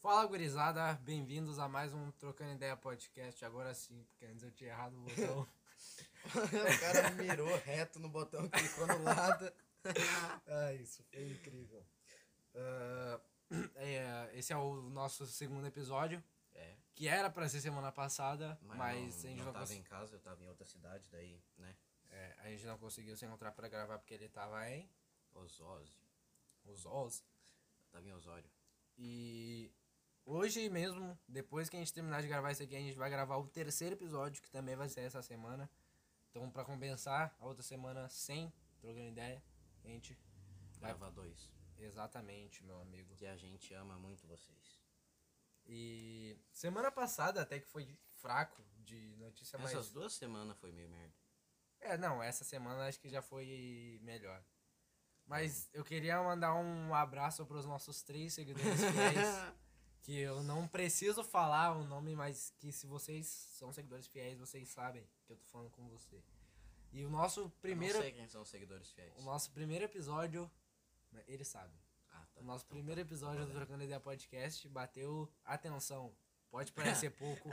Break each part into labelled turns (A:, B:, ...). A: Fala, gurizada. Bem-vindos a mais um Trocando Ideia Podcast. Agora sim, porque antes eu tinha errado o botão.
B: o cara mirou reto no botão, clicou no lado. ah, isso foi incrível.
A: Ah, é, esse é o nosso segundo episódio,
C: É,
A: que era pra ser semana passada, mas,
C: mas,
A: a,
C: não,
A: gente
C: não,
A: não
C: tava
A: cons-
C: em casa, eu tava em outra cidade, daí, né?
A: é, a gente não conseguiu se encontrar pra gravar porque ele tava em
C: Osório.
A: Os Olhos.
C: Eu tava em Osório.
A: E hoje mesmo, depois que a gente terminar de gravar isso aqui, a gente vai gravar o terceiro episódio, que também vai ser essa semana. Então, pra compensar, a outra semana sem trocando ideia, a gente vai.
C: Grava dois.
A: Exatamente, meu amigo.
C: Que a gente ama muito vocês.
A: E semana passada até que foi fraco de notícia, Tá, mas.
C: Essas duas semanas foi meio merda.
A: É, não, essa semana acho que já foi melhor. Mas
C: Uhum.
A: eu queria mandar um abraço para os nossos três seguidores fiéis. que eu não preciso falar o nome, mas que se vocês são seguidores fiéis, vocês sabem que eu tô falando com você. E o nosso primeiro.
C: Eu não sei quem são os seguidores fiéis.
A: O nosso primeiro episódio. né, Ele sabe.
C: Ah, tá.
A: O nosso
C: Então
A: primeiro
C: tá.
A: episódio do
C: Valeu.
A: Trocando Ideia Podcast bateu. Atenção! Pode parecer pouco,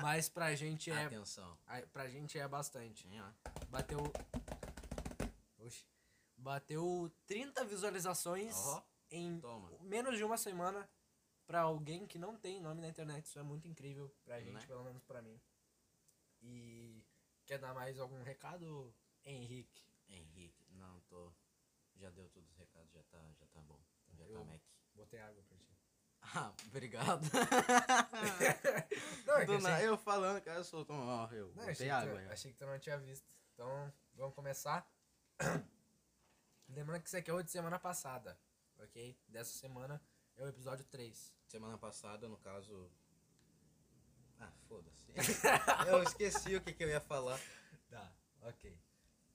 A: mas pra gente é.
C: Atenção.
A: a- Pra gente é bastante.
C: Hein, ó.
A: Bateu. Oxi. Bateu 30 visualizações
C: Ó,
A: em
C: toma.
A: menos de uma semana pra alguém que não tem nome na internet. Isso é muito incrível pra gente,
C: Né?
A: pelo menos pra mim. E quer dar mais algum recado, Henrique?
C: Henrique, não, tô. Já deu todos os recados, já tá, já tá bom. Já
A: Eu-
C: tá Mac.
A: Botei água pra ti.
C: Ah, obrigado.
A: Não, é que
C: Do
A: eu
C: nada,
A: sei-
C: eu falando, cara, soltou um. Ó, eu
A: Não, é
C: botei
A: achei,
C: água. né?
A: que tu,
C: aí, ó.
A: achei que tu não tinha visto. Então, vamos começar. Lembrando que isso aqui é o de semana passada, ok? Dessa semana é o episódio 3.
C: Semana passada, no caso. Ah, foda-se.
B: Eu esqueci o que, que eu ia falar.
A: Tá, ok.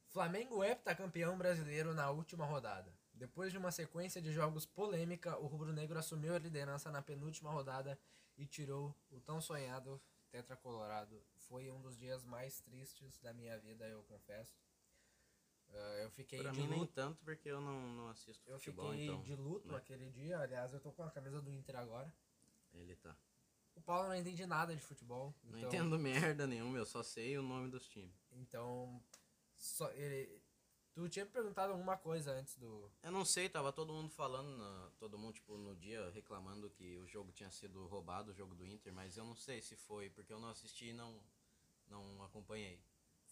A: Flamengo heptacampeão brasileiro na última rodada. Depois de uma sequência de jogos polêmica, o rubro-negro assumiu a liderança na penúltima rodada e tirou o tão sonhado tetra colorado. Foi um dos dias mais tristes da minha vida, eu confesso. Ah, eu fiquei
C: Pra
A: de
C: mim, nem
A: luto,
C: tanto, porque eu não, não assisto
A: eu
C: futebol,
A: fiquei
C: então.
A: de luto
C: né?
A: aquele dia. Aliás, eu tô com a camisa do Inter agora.
C: Ele tá.
A: O Paulo não entende nada de futebol.
C: Não
A: então-
C: entendo merda nenhuma, eu só sei o nome dos times.
A: Então, só, ele, tu tinha me perguntado alguma coisa antes do,
C: Eu não sei, tava todo mundo falando, na- todo mundo, tipo, no dia reclamando que o jogo tinha sido roubado, o jogo do Inter, mas eu não sei se foi, porque eu não assisti e não, não acompanhei.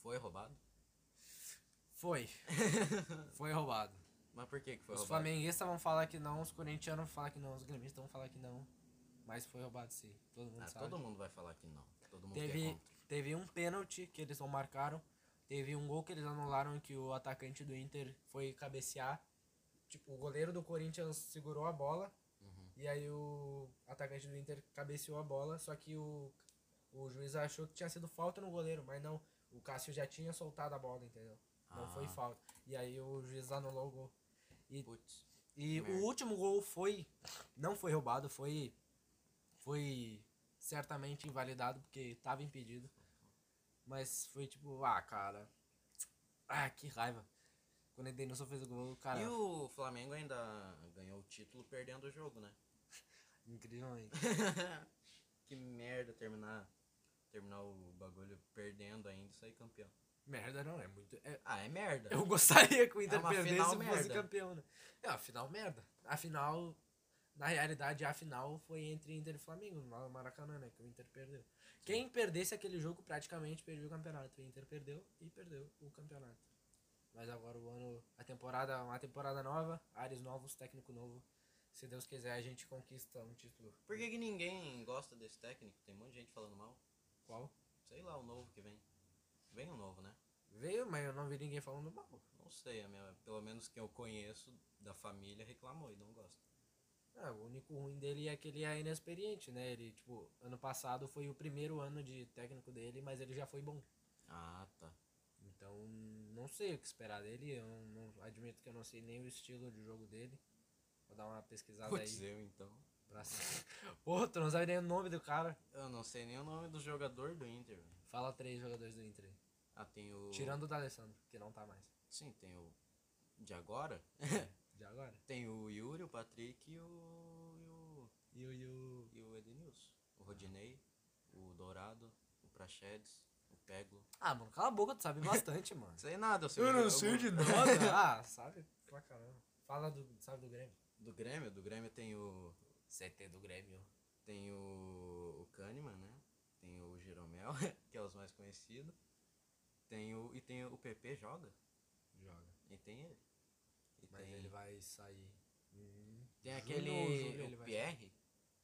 C: Foi roubado?
A: Foi. Foi roubado.
C: Mas por que que foi
A: os
C: roubado?
A: flamenguistas vão falar que não, os corintianos vão falar que não, os gremistas vão falar que não. Mas foi roubado sim. Todo mundo
C: Ah,
A: sabe.
C: todo mundo vai falar que não. Todo mundo que é
A: teve,
C: contra.
A: teve um pênalti que eles não marcaram. Teve um gol que eles anularam que o atacante do Inter foi cabecear. Tipo, o goleiro do Corinthians segurou a bola.
C: Uhum.
A: E aí o atacante do Inter cabeceou a bola. Só que o, o juiz achou que tinha sido falta no goleiro, mas não. O Cássio já tinha soltado a bola, entendeu? Não
C: Ah.
A: foi falta. E aí o juiz anulou o gol. E
C: Putz.
A: e
C: Merda.
A: o último gol foi. Não foi roubado, foi. Foi certamente invalidado, porque tava impedido. Mas foi tipo, ah, cara. Ah, que raiva. Quando o Edenilson fez o gol, cara.
C: E o Flamengo ainda ganhou o título perdendo o jogo, né?
A: Incrivelmente.
C: que merda terminar terminar o bagulho perdendo ainda e sair campeão.
A: Merda não, é muito. é-
C: Ah, é merda.
A: eu gostaria que o
C: É
A: Inter
C: uma
A: perdesse
C: final
A: e fosse
C: merda.
A: campeão, né? É, a final merda. A final. Na realidade, a final foi entre Inter e Flamengo, no Maracanã, né? Que o Inter perdeu. Quem perdesse aquele jogo praticamente perdeu o campeonato. O Inter perdeu e perdeu o campeonato. Mas agora o ano, a temporada, uma temporada nova, ares novos, técnico novo. Se Deus quiser, a gente conquista um título.
C: Por que, que ninguém gosta desse técnico? Tem um monte de gente falando mal.
A: Qual?
C: Sei lá, o novo que vem. Vem o novo, né?
A: Veio, mas eu não vi ninguém falando mal.
C: Não sei, a minha- pelo menos que eu conheço da família reclamou e não gosta.
A: Ah, o único ruim dele é que ele é inexperiente, né? Ele, tipo, ano passado foi o primeiro ano de técnico dele, mas ele já foi bom.
C: Ah, tá.
A: Então, não sei o que esperar dele. Eu não, não- admito que eu não sei nem o estilo de jogo dele. Vou dar uma pesquisada
C: Putz,
A: aí.
C: eu então.
A: Pra... Porra, tu não sabe nem o nome do cara.
C: Eu não sei nem o nome do jogador do Inter. velho.
A: Fala três jogadores do Inter. aí.
C: Ah, tem o.
A: Tirando o da Alessandro, que não tá mais.
C: Sim, tem o. De agora?
A: De agora?
C: tem o Yuri, o Patrick e o. E o...
A: E o. E o...
C: E o Edenilson. O Rodinei, o Dourado, o Praxedes, o Pego.
A: Ah, mano, cala a boca, tu sabe bastante, mano.
C: Sei é nada, eu sei o- o-
A: nada. Ah, sabe pra caramba. Fala do. Sabe do Grêmio?
C: Do Grêmio, do Grêmio tem o.
A: CT do Grêmio.
C: Tem o. O Kahneman, né? Tem o Jeromel, que é os mais conhecidos. Tem o. E tem o PP joga.
A: Joga.
C: E tem ele. E
A: Mas
C: tem,
A: ele vai sair.
C: tem
A: Júnior
C: aquele.
A: ou Júlio, ele
C: o
A: vai-
C: Pierre.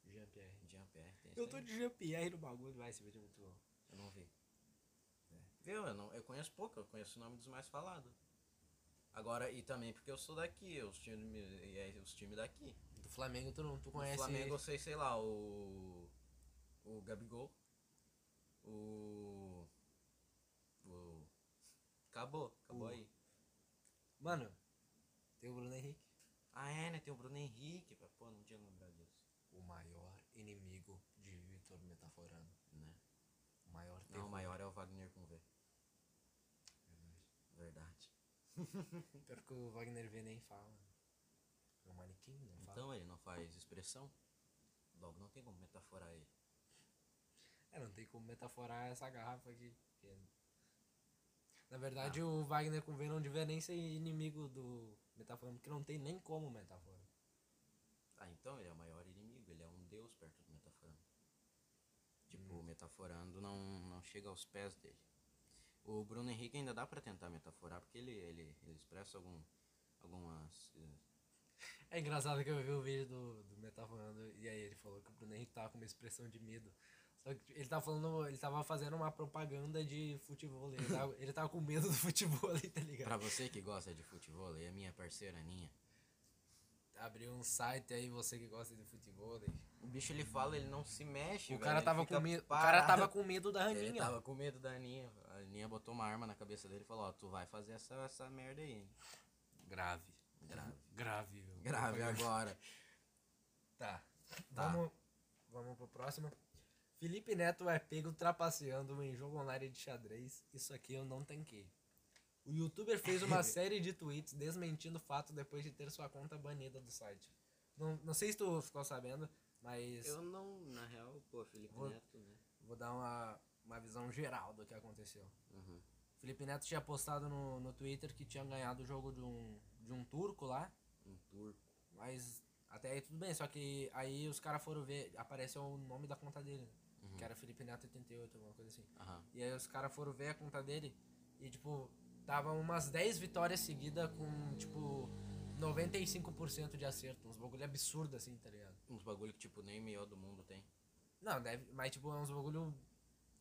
A: Hum. Jean-Pierre.
C: Jean Pierre, tem
A: Eu
C: esse
A: tô
C: aí?
A: de Jean-Pierre no bagulho, vai, esse vídeo é muito bom.
C: Eu não vi. É. Viu? Eu, não, eu conheço pouco, eu conheço o nome dos mais falados. Agora, e também porque eu sou daqui, os times é, os time daqui.
A: Do Flamengo tu não tu
C: O
A: conhece.
C: Flamengo, eu sei, sei lá, o. O Gabigol. O. O. Acabou, acabou
A: O-
C: aí.
A: Mano, tem o Bruno Henrique.
C: Ah, é, né? Tem o Bruno Henrique. pá, Pô, não tinha lembrado disso.
A: O maior inimigo de Vitor Metaforano.
C: Né?
A: O maior
C: Não, o
A: terror.
C: maior é o Wagner com V. Verdade.
A: Pior que o Wagner V nem fala. É um manequim, não fala.
C: Então ele não faz expressão. Logo, não tem como metaforar ele.
A: É, não tem como metaforar essa garrafa aqui. porque- Na verdade, o Wagner com V não devia nem ser inimigo do metaforano, porque não tem nem como metafora.
C: Ah, então ele é o maior inimigo, ele é um deus perto do metaforando. Tipo,
A: Hum.
C: o metaforando não, não chega aos pés dele. O Bruno Henrique ainda dá pra tentar metaforar, porque ele, ele, ele expressa algum, algumas. eh,
A: É engraçado que eu vi o vídeo do, do metaforando e aí ele falou que o Bruno Henrique tava com uma expressão de medo. Só que ele tava falando, ele tava fazendo uma propaganda de futebol. Ele tava, ele tava com medo do futebol, tá ligado?
C: Pra você que gosta de futebol, e a minha parceira Aninha.
A: Abriu um site aí, você que gosta de futebol. aí.
C: O bicho ele fala, ele não se mexe.
A: O
C: velho,
A: cara
C: ele
A: tava
C: fica
A: com medo. O cara tava
C: parado.
A: com medo da
C: Ele
A: Aninha.
C: tava com medo da Aninha. A Aninha botou uma arma na cabeça dele e falou: Ó, tu vai fazer essa, essa merda aí. hein?"
A: Grave.
C: Grave.
A: Grave. viu?
C: Grave agora.
A: Tá.
C: Tá.
A: Vamos, vamos pro próximo. Felipe Neto é pego trapaceando em jogo online de xadrez. Isso aqui eu não tanquei. O youtuber fez uma série de tweets desmentindo o fato depois de ter sua conta banida do site. Não, não sei se tu ficou sabendo, mas
C: Eu não, na real, pô, Felipe
A: Vou-
C: Neto, né?
A: vou dar uma, uma visão geral do que aconteceu.
C: Uhum.
A: Felipe Neto tinha postado no, no Twitter que tinha ganhado o jogo de um, de um turco lá.
C: Um turco.
A: Mas até aí tudo bem, só que aí os caras foram ver, apareceu o nome da conta dele, né? que era Felipe Neto 88, alguma coisa assim.
C: Aham.
A: E aí os caras foram ver a conta dele e, tipo, tava umas 10 vitórias seguidas com, tipo, 95% de acerto, uns bagulho absurdo assim, tá ligado?
C: Uns bagulho que, tipo, nem melhor do mundo tem.
A: Não, deve, mas, tipo, é uns bagulho.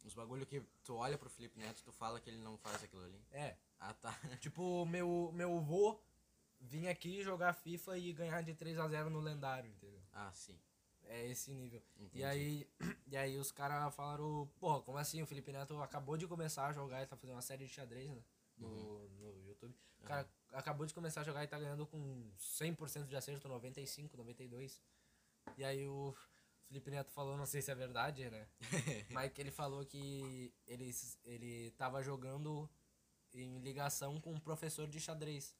C: Uns bagulho que tu olha pro Felipe Neto e tu fala que ele não faz aquilo ali.
A: É,
C: Ah, tá.
A: tipo, meu, meu vô vinha aqui jogar FIFA e ganhar de 3 a 0 no lendário, entendeu?
C: Ah, sim.
A: É esse nível.
C: Entendi.
A: E aí, e aí os caras falaram, porra, como assim? O Felipe Neto acabou de começar a jogar, ele tá fazendo uma série de xadrez, né? No, no YouTube. O cara acabou de começar a jogar e tá ganhando com 100% de acerto, 95, 92. E aí o Felipe Neto falou, não sei se é verdade, né? Mas que ele falou que ele, ele tava jogando em ligação com um professor de xadrez.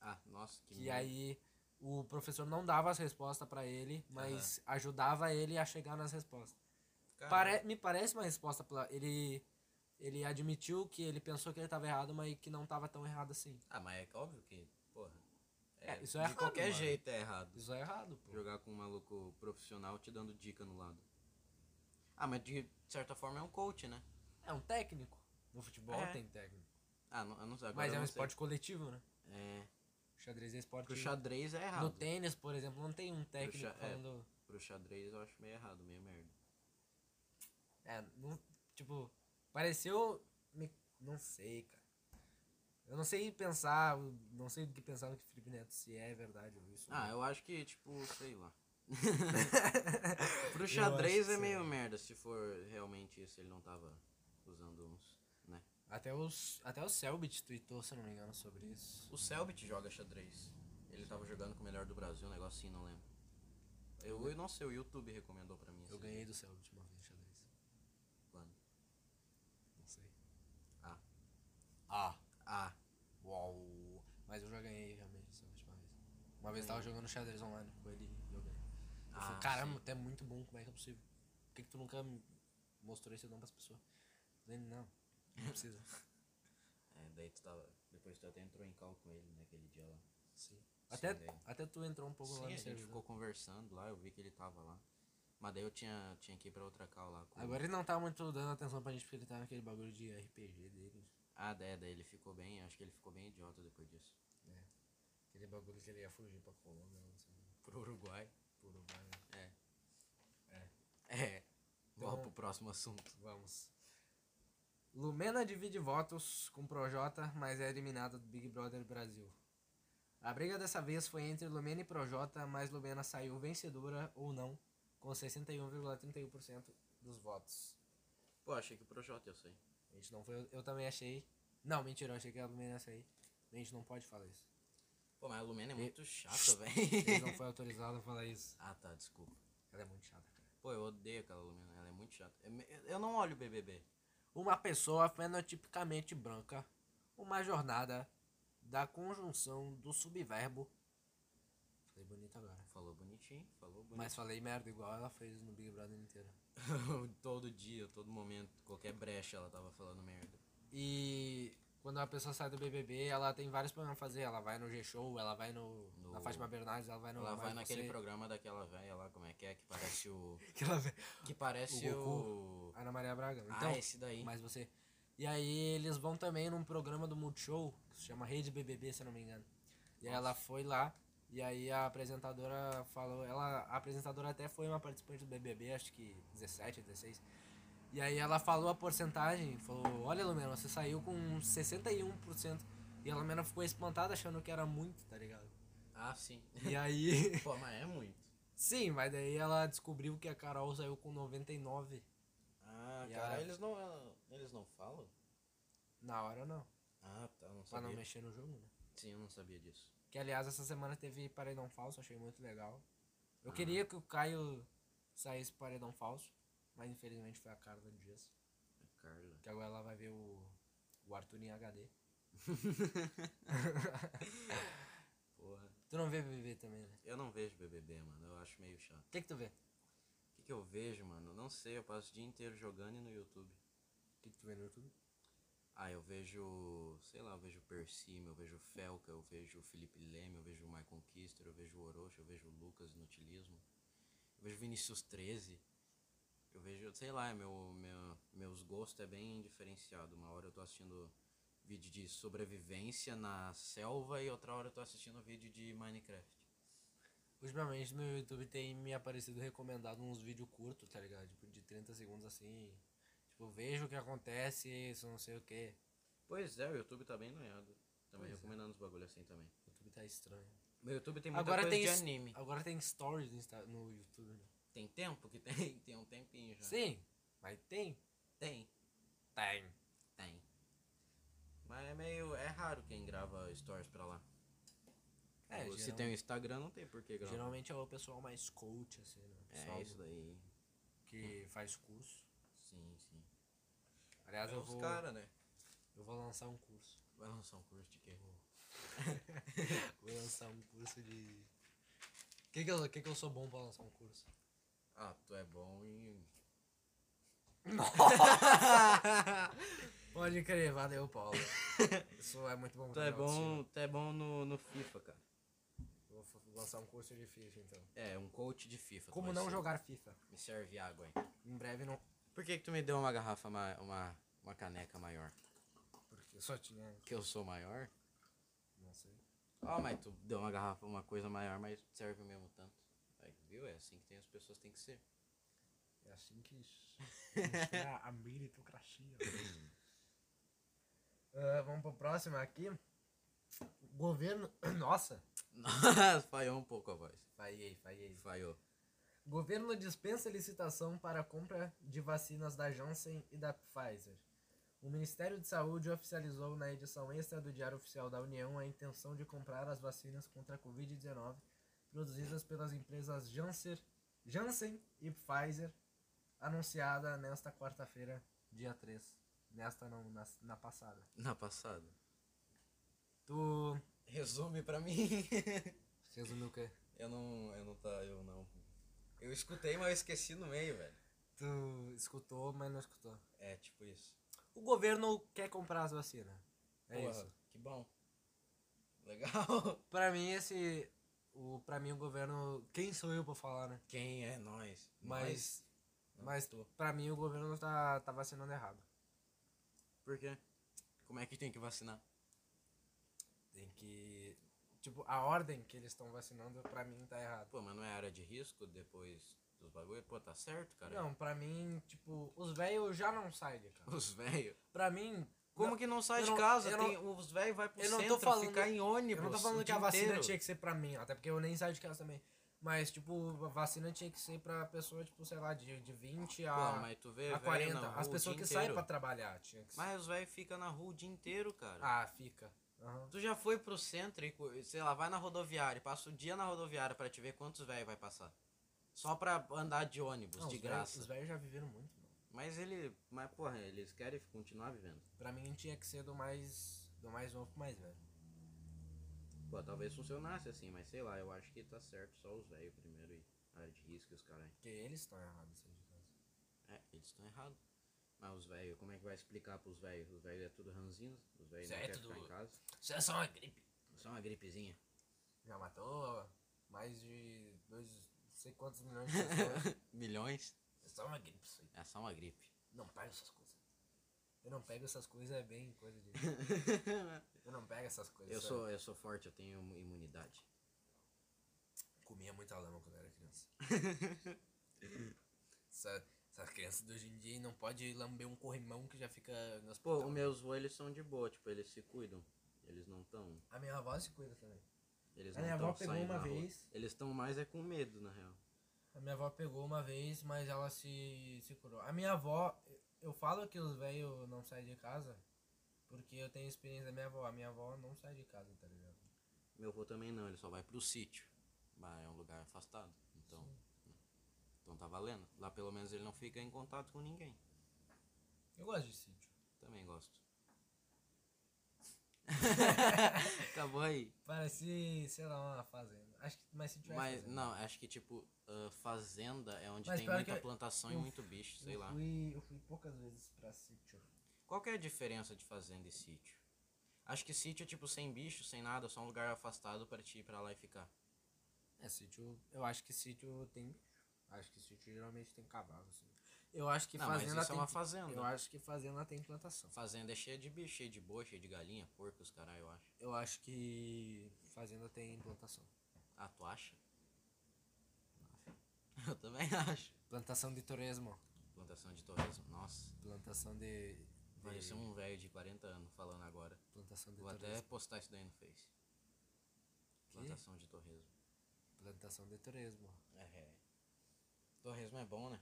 C: Ah, nossa, que
A: Que aí o professor não dava as respostas pra ele, mas ajudava ele a chegar nas respostas. Pare- me parece uma resposta pela ele ele admitiu que ele pensou que ele tava errado, mas que não tava tão errado assim.
C: Ah, mas é óbvio que, porra.
A: É, isso é
C: De
A: errado,
C: qualquer
A: mano.
C: jeito é errado.
A: Isso é errado, pô.
C: Jogar com um maluco profissional te dando dica no lado. Ah, mas de certa forma é um coach, né?
A: É um técnico. No futebol
C: É.
A: tem técnico.
C: Ah, não, eu não sei. Agora
A: mas
C: eu
A: é um
C: não sei.
A: esporte coletivo, né?
C: É.
A: Xadrez é esporte.
C: Pro xadrez é errado.
A: No tênis, por exemplo, não tem um técnico
C: xa- é.
A: falando.
C: Pro xadrez eu acho meio errado, meio merda.
A: É, não, tipo, pareceu. me- não sei, cara. Eu não sei pensar, eu não sei o que pensar no que Felipe Neto, se é verdade ou isso.
C: Ah, eu acho que, tipo, sei lá. Pro xadrez
A: acho
C: é
A: que
C: meio merda se for realmente isso, ele não tava usando uns, né?
A: Até, os, até o Selbit tweetou, se eu não me engano, sobre isso.
C: O Selbit joga xadrez. Ele tava jogando com o melhor do Brasil, um negócio assim, não lembro. Eu, eu não sei, o YouTube recomendou pra mim. assim.
A: Eu
C: esse
A: ganhei do Selbit uma vez, xadrez.
C: plano.
A: Não sei.
C: Ah.
A: Ah,
C: Ah,
A: uau. Mas eu já ganhei realmente do Selbit uma vez. Uma vez eu tava jogando xadrez online com ele e eu ganhei. Eu falei,
C: Ah,
A: caramba, tu é muito bom, como é que é possível? Por que, que tu nunca me mostrou esse dom pras pessoas? Ele, não, não precisa.
C: É, daí tu tava. Depois tu até entrou em cal com ele naquele dia lá.
A: Sim. Até,
C: daí.
A: até tu entrou um pouco
C: Sim,
A: lá
C: a
A: no
C: gente
A: servidor.
C: ficou conversando lá, eu vi que ele tava lá. Mas daí eu tinha, tinha que ir pra outra cal lá. com-
A: Agora ele não tá muito dando atenção pra gente porque ele tá naquele bagulho de RPG dele.
C: Ah, daí, daí ele ficou bem, acho que ele ficou bem idiota depois disso.
B: Aquele bagulho que ele ia fugir pra Colômbia, não sei,
C: Pro Uruguai.
B: pro Uruguai. né?
C: É. É. É. Vamos pro próximo assunto.
A: Vamos. Lumena divide votos com Projota, mas é eliminada do Big Brother Brasil. A briga dessa vez foi entre Lumena e Projota, mas Lumena saiu vencedora ou não, com 61,31% dos votos.
C: Pô, achei que o Projota eu sei.
A: A gente não foi. Eu também achei. Não, mentira, eu achei que a Lumena ia sair. A gente não pode falar isso.
C: Pô, mas a Lumena é muito chata,
A: Eles
C: velho.
A: não foi autorizado a falar isso.
C: ah, tá, desculpa.
A: Ela é muito chata, cara.
C: Pô, eu odeio aquela Lumena, ela é muito chata. Eu, me- eu não olho o BBB.
A: Uma pessoa fenotipicamente branca, uma jornada da conjunção do subverbo. Falei bonito agora.
C: Falou bonitinho, falou bonito.
A: Mas falei merda igual ela fez no Big Brother inteiro.
C: todo dia, todo momento, qualquer brecha ela tava falando merda.
A: E quando uma pessoa sai do BBB, ela tem vários programas pra fazer. Ela vai no G-Show, ela vai no,
C: No-
A: na Fátima Bernardes, ela vai no.
C: Ela
A: Mais
C: vai naquele
A: Você.
C: programa daquela velha lá, como é que é, que parece o.
A: Que ela vê.
C: Que parece
A: O
C: o.
A: Ana Maria Braga. Então,
C: ah, esse daí.
A: mas você. E aí eles vão também num programa do Multishow, que se chama Rede BBB, se eu não me engano. E aí ela foi lá, e aí a apresentadora falou, ela a apresentadora até foi uma participante do BBB, acho que 17, 16. E aí ela falou a porcentagem, falou: "Olha, Lumena, você saiu com 61%". E a Lumena ficou espantada achando que era muito, tá ligado?
C: Ah, sim.
A: E aí
C: Pô, mas é muito.
A: Sim, mas daí ela descobriu que a Carol saiu com 99
C: Ah,
A: E
C: cara,
A: ela-
C: eles não. ela- Eles não falam?
A: na hora não,
C: Ah, tá, não
A: pra não
C: sabia.
A: mexer no jogo, né?
C: Sim, eu não sabia disso.
A: Que aliás essa semana teve paredão falso, achei muito legal.
C: Ah.
A: Eu queria que o Caio saísse paredão falso, mas infelizmente foi a Carla Dias.
C: A É Carla.
A: Que agora ela vai ver o, o Arthur em HD.
C: Porra.
A: Tu não vê BBB também, né?
C: Eu não vejo BBB, mano. Eu acho meio chato.
A: O que, que tu vê? O
C: O que, que eu vejo, mano? Não sei, eu passo o dia inteiro jogando e no YouTube.
A: que, que tu vê no YouTube?
C: Ah, eu vejo, sei lá, eu vejo o Percy, eu vejo o Felca, eu vejo o Felipe Leme, eu vejo o Michael Kister, eu vejo o Orochi, eu vejo o Lucas Nutilismo, eu vejo o Vinícius 13, eu vejo, sei lá, meu, meu, meus gostos é bem diferenciado. Uma hora eu tô assistindo vídeo de sobrevivência na selva e outra hora eu tô assistindo vídeo de Minecraft.
A: Ultimamente no YouTube tem me aparecido recomendado uns vídeos curtos, tá ligado? Tipo, de 30 segundos assim. Tipo, veja o que acontece, isso não sei o que.
C: Pois é, o YouTube tá bem noiado. Também
A: Pois é.
C: recomendando uns bagulho assim também.
A: O YouTube tá estranho.
C: Meu YouTube tem muita
A: Agora
C: coisa
A: tem,
C: de
A: s-
C: anime.
A: agora tem stories no, Insta- no YouTube. né?
C: Tem tempo que tem? Tem um tempinho já. Tá,
A: Sim, mas tem. É,
C: Tem.
A: Tem.
C: Tem. Mas é meio. É raro quem grava stories pra lá.
A: É,
C: Ou Se
A: geral-
C: tem o Instagram, não tem por que gravar.
A: Geralmente é o pessoal mais coach, assim, né?
C: é
A: Pessoal
C: isso Uhum. daí.
A: que faz curso.
C: Sim, sim.
A: Aliás, eu vou,
C: né?
A: eu vou lançar um curso.
C: Vai lançar um curso de quê?
A: Vou lançar um curso de. O que, que, eu, que, que eu sou bom pra lançar um curso?
C: Ah, tu é bom em.
A: Pode crer, valeu, Paulo. Isso é muito bom
C: Tu é
A: pra minha autoestima.
C: bom, tu é bom no, no FIFA, cara.
A: Eu Vou f- lançar um curso de FIFA, então.
C: É, um coach de FIFA. tu
A: Como
C: vai
A: não
C: ser.
A: jogar FIFA?
C: Me serve água aí.
A: Em breve não.
C: Por que, que tu me deu uma garrafa, ma- uma, uma caneca maior?
A: Porque eu só tinha.
C: Que eu sou maior?
A: Não sei.
C: Ah, mas tu deu uma garrafa, uma coisa maior, mas serve o mesmo tanto. Aí, viu? É assim que tem as pessoas têm que ser.
A: É assim que isso. isso é a meritocracia. Ah, vamos pro próximo aqui. Governo. Nossa!
C: Nossa, falhou um pouco a voz.
A: Falhei, falhei.
C: Falhou.
A: Governo dispensa licitação para compra de vacinas da Janssen e da Pfizer. O Ministério de Saúde oficializou na edição extra do Diário Oficial da União a intenção de comprar as vacinas contra a Covid-19 produzidas pelas empresas Janssen, Janssen e Pfizer, anunciada nesta quarta-feira, dia 3. Nesta não, na, na passada.
C: Na passada.
A: Tu
C: Resume pra mim.
A: resumiu o quê?
C: eu não. Eu não tá. Eu não. Eu escutei, mas eu esqueci no meio, velho.
A: Tu escutou, mas não escutou.
C: É, tipo isso.
A: O governo quer comprar as vacinas. É
C: Porra,
A: isso.
C: que bom. Legal.
A: Pra mim, esse. O, pra mim, o governo. Quem sou eu pra falar, né?
C: Quem é nós? Nós?
A: Mas.
C: Não, é
A: Mas
C: tu.
A: pra mim, o governo tá, tá vacinando errado.
C: Por quê? Como é que tem que vacinar?
A: Tem que. Tipo, a ordem que eles estão vacinando, pra mim, tá errado.
C: Pô, mas não é área de risco depois dos bagulho? Pô, tá certo, cara?
A: Não, pra mim, tipo, os velhos já não saem de casa.
C: Os velhos.
A: Pra mim.
C: Como
A: não-
C: que não sai
A: eu
C: de
A: não-
C: casa?
A: eu não-
C: Tem- os velhos vai pro
A: eu não tô
C: centro
A: falando-
C: ficar em ônibus.
A: Eu não tô falando
C: o
A: que
C: dia
A: a vacina
C: inteiro.
A: tinha que ser pra mim, até porque eu nem saio de casa também. Mas, tipo, a vacina tinha que ser pra pessoa, tipo, sei lá, de, de 20 a,
C: Pô, mas tu vê,
A: a
C: velho
A: 40.
C: na rua
A: As
C: o
A: pessoas
C: dia
A: que saem
C: inteiro.
A: pra trabalhar tinha que ser.
C: Mas os velhos ficam na rua o dia inteiro, cara.
A: Ah, fica. Aham.
C: Tu já foi pro centro e, cu- sei lá, vai na rodoviária, e passa o dia na rodoviária pra te ver quantos velhos vai passar. Só pra andar de ônibus,
A: Não,
C: de
A: os velhos-
C: graça.
A: os velhos já viveram muito, mano.
C: Mas ele. Mas porra, eles querem continuar vivendo.
A: Pra mim tinha que ser do mais. do mais novo pro mais velho.
C: Pô, talvez funcionasse assim, mas sei lá, eu acho que tá certo só os velhos primeiro e área de risco e os caras.
A: Porque eles estão errados sair de casa.
C: É, eles estão errados. Mas os velhos, como é que vai explicar pros velhos? Os velhos é tudo ranzinho, os velhos não
A: Isso aí é
C: querem
A: tudo-
C: ficar em casa.
A: Isso é só uma gripe.
C: Só uma gripezinha.
A: Já matou mais de dois. não sei quantos milhões de pessoas.
C: Milhões?
A: é só uma gripe isso aí.
C: É só uma gripe.
A: Não pego essas coisas. Eu não pego essas coisas, é bem coisa de. Eu não pego essas coisas. é.
C: eu,
A: sabe?
C: sou, eu sou forte, eu tenho imu- imunidade.
A: Comia muita lama quando eu era criança. Essa, essa criança de hoje em dia não pode lamber um corrimão que já fica nas
C: Pô, os meus vô, eles são de boa, tipo, eles se cuidam. Eles não tão.
A: A minha avó se cuida também.
C: Eles
A: É, A
C: não
A: minha
C: tão
A: avó pegou
C: saindo
A: uma
C: na rua.
A: vez.
C: Eles estão mais é com medo, na real.
A: A minha avó pegou uma vez, mas ela se, se curou. A minha avó, eu falo que os velhos não saem de casa, porque eu tenho experiência da minha avó. A minha avó não sai de casa, tá ligado?
C: Meu vô também não, ele só vai pro sítio. Mas é um lugar afastado. Então. Então tá valendo. Lá pelo menos ele não fica em contato com ninguém.
A: Eu gosto de sítio.
C: Também gosto. Acabou aí.
A: Parece, sei lá, uma fazenda. Acho que mais sítio é
C: Mas
A: fazenda.
C: não, acho que tipo, ah, fazenda é onde
A: Mas
C: tem
A: pior
C: muita
A: que- um
C: plantação e
A: eu-
C: muito bicho, sei
A: eu
C: lá.
A: Fui, eu fui poucas vezes pra sítio.
C: Qual que é a diferença de fazenda e sítio? Acho que sítio é tipo sem bicho, sem nada, só um lugar afastado pra te ir pra lá e ficar.
A: É, sítio. Eu acho que sítio tem. Acho que sítio geralmente tem cavalo, assim. Eu acho que
C: Não, mas
A: fazenda
C: isso é
A: tem.
C: uma fazenda.
A: Eu acho que fazenda tem plantação.
C: Fazenda é cheia de bicho, cheia de boi, cheia de galinha, porco, os caralho, eu acho.
A: Eu acho que fazenda tem plantação.
C: Ah, tu acha? Eu também acho.
A: Plantação de turismo.
C: Plantação de torresmo, nossa.
A: Plantação de.
C: Pareceu um velho de 40 anos falando agora.
A: Plantação de
C: Vou até
A: turismo.
C: postar isso daí no Face. Plantação de torresmo.
A: Plantação de turismo.
C: É, é. Torresmo é bom, né?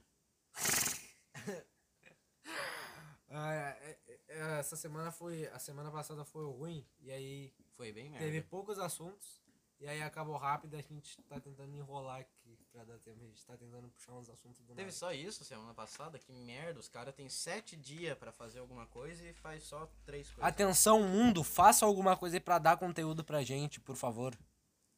A: Ah, é- é- é, essa semana foi. A semana passada foi ruim. E aí
C: Foi bem merda.
A: teve poucos assuntos. E aí acabou rápido. A gente tá tentando enrolar aqui pra dar tempo. A gente tá tentando puxar uns assuntos do
C: Teve
A: nada.
C: só isso semana passada? Que merda, os caras têm sete dias pra fazer alguma coisa e faz só três coisas.
A: Atenção, mundo, faça alguma coisa aí pra dar conteúdo pra gente, por favor.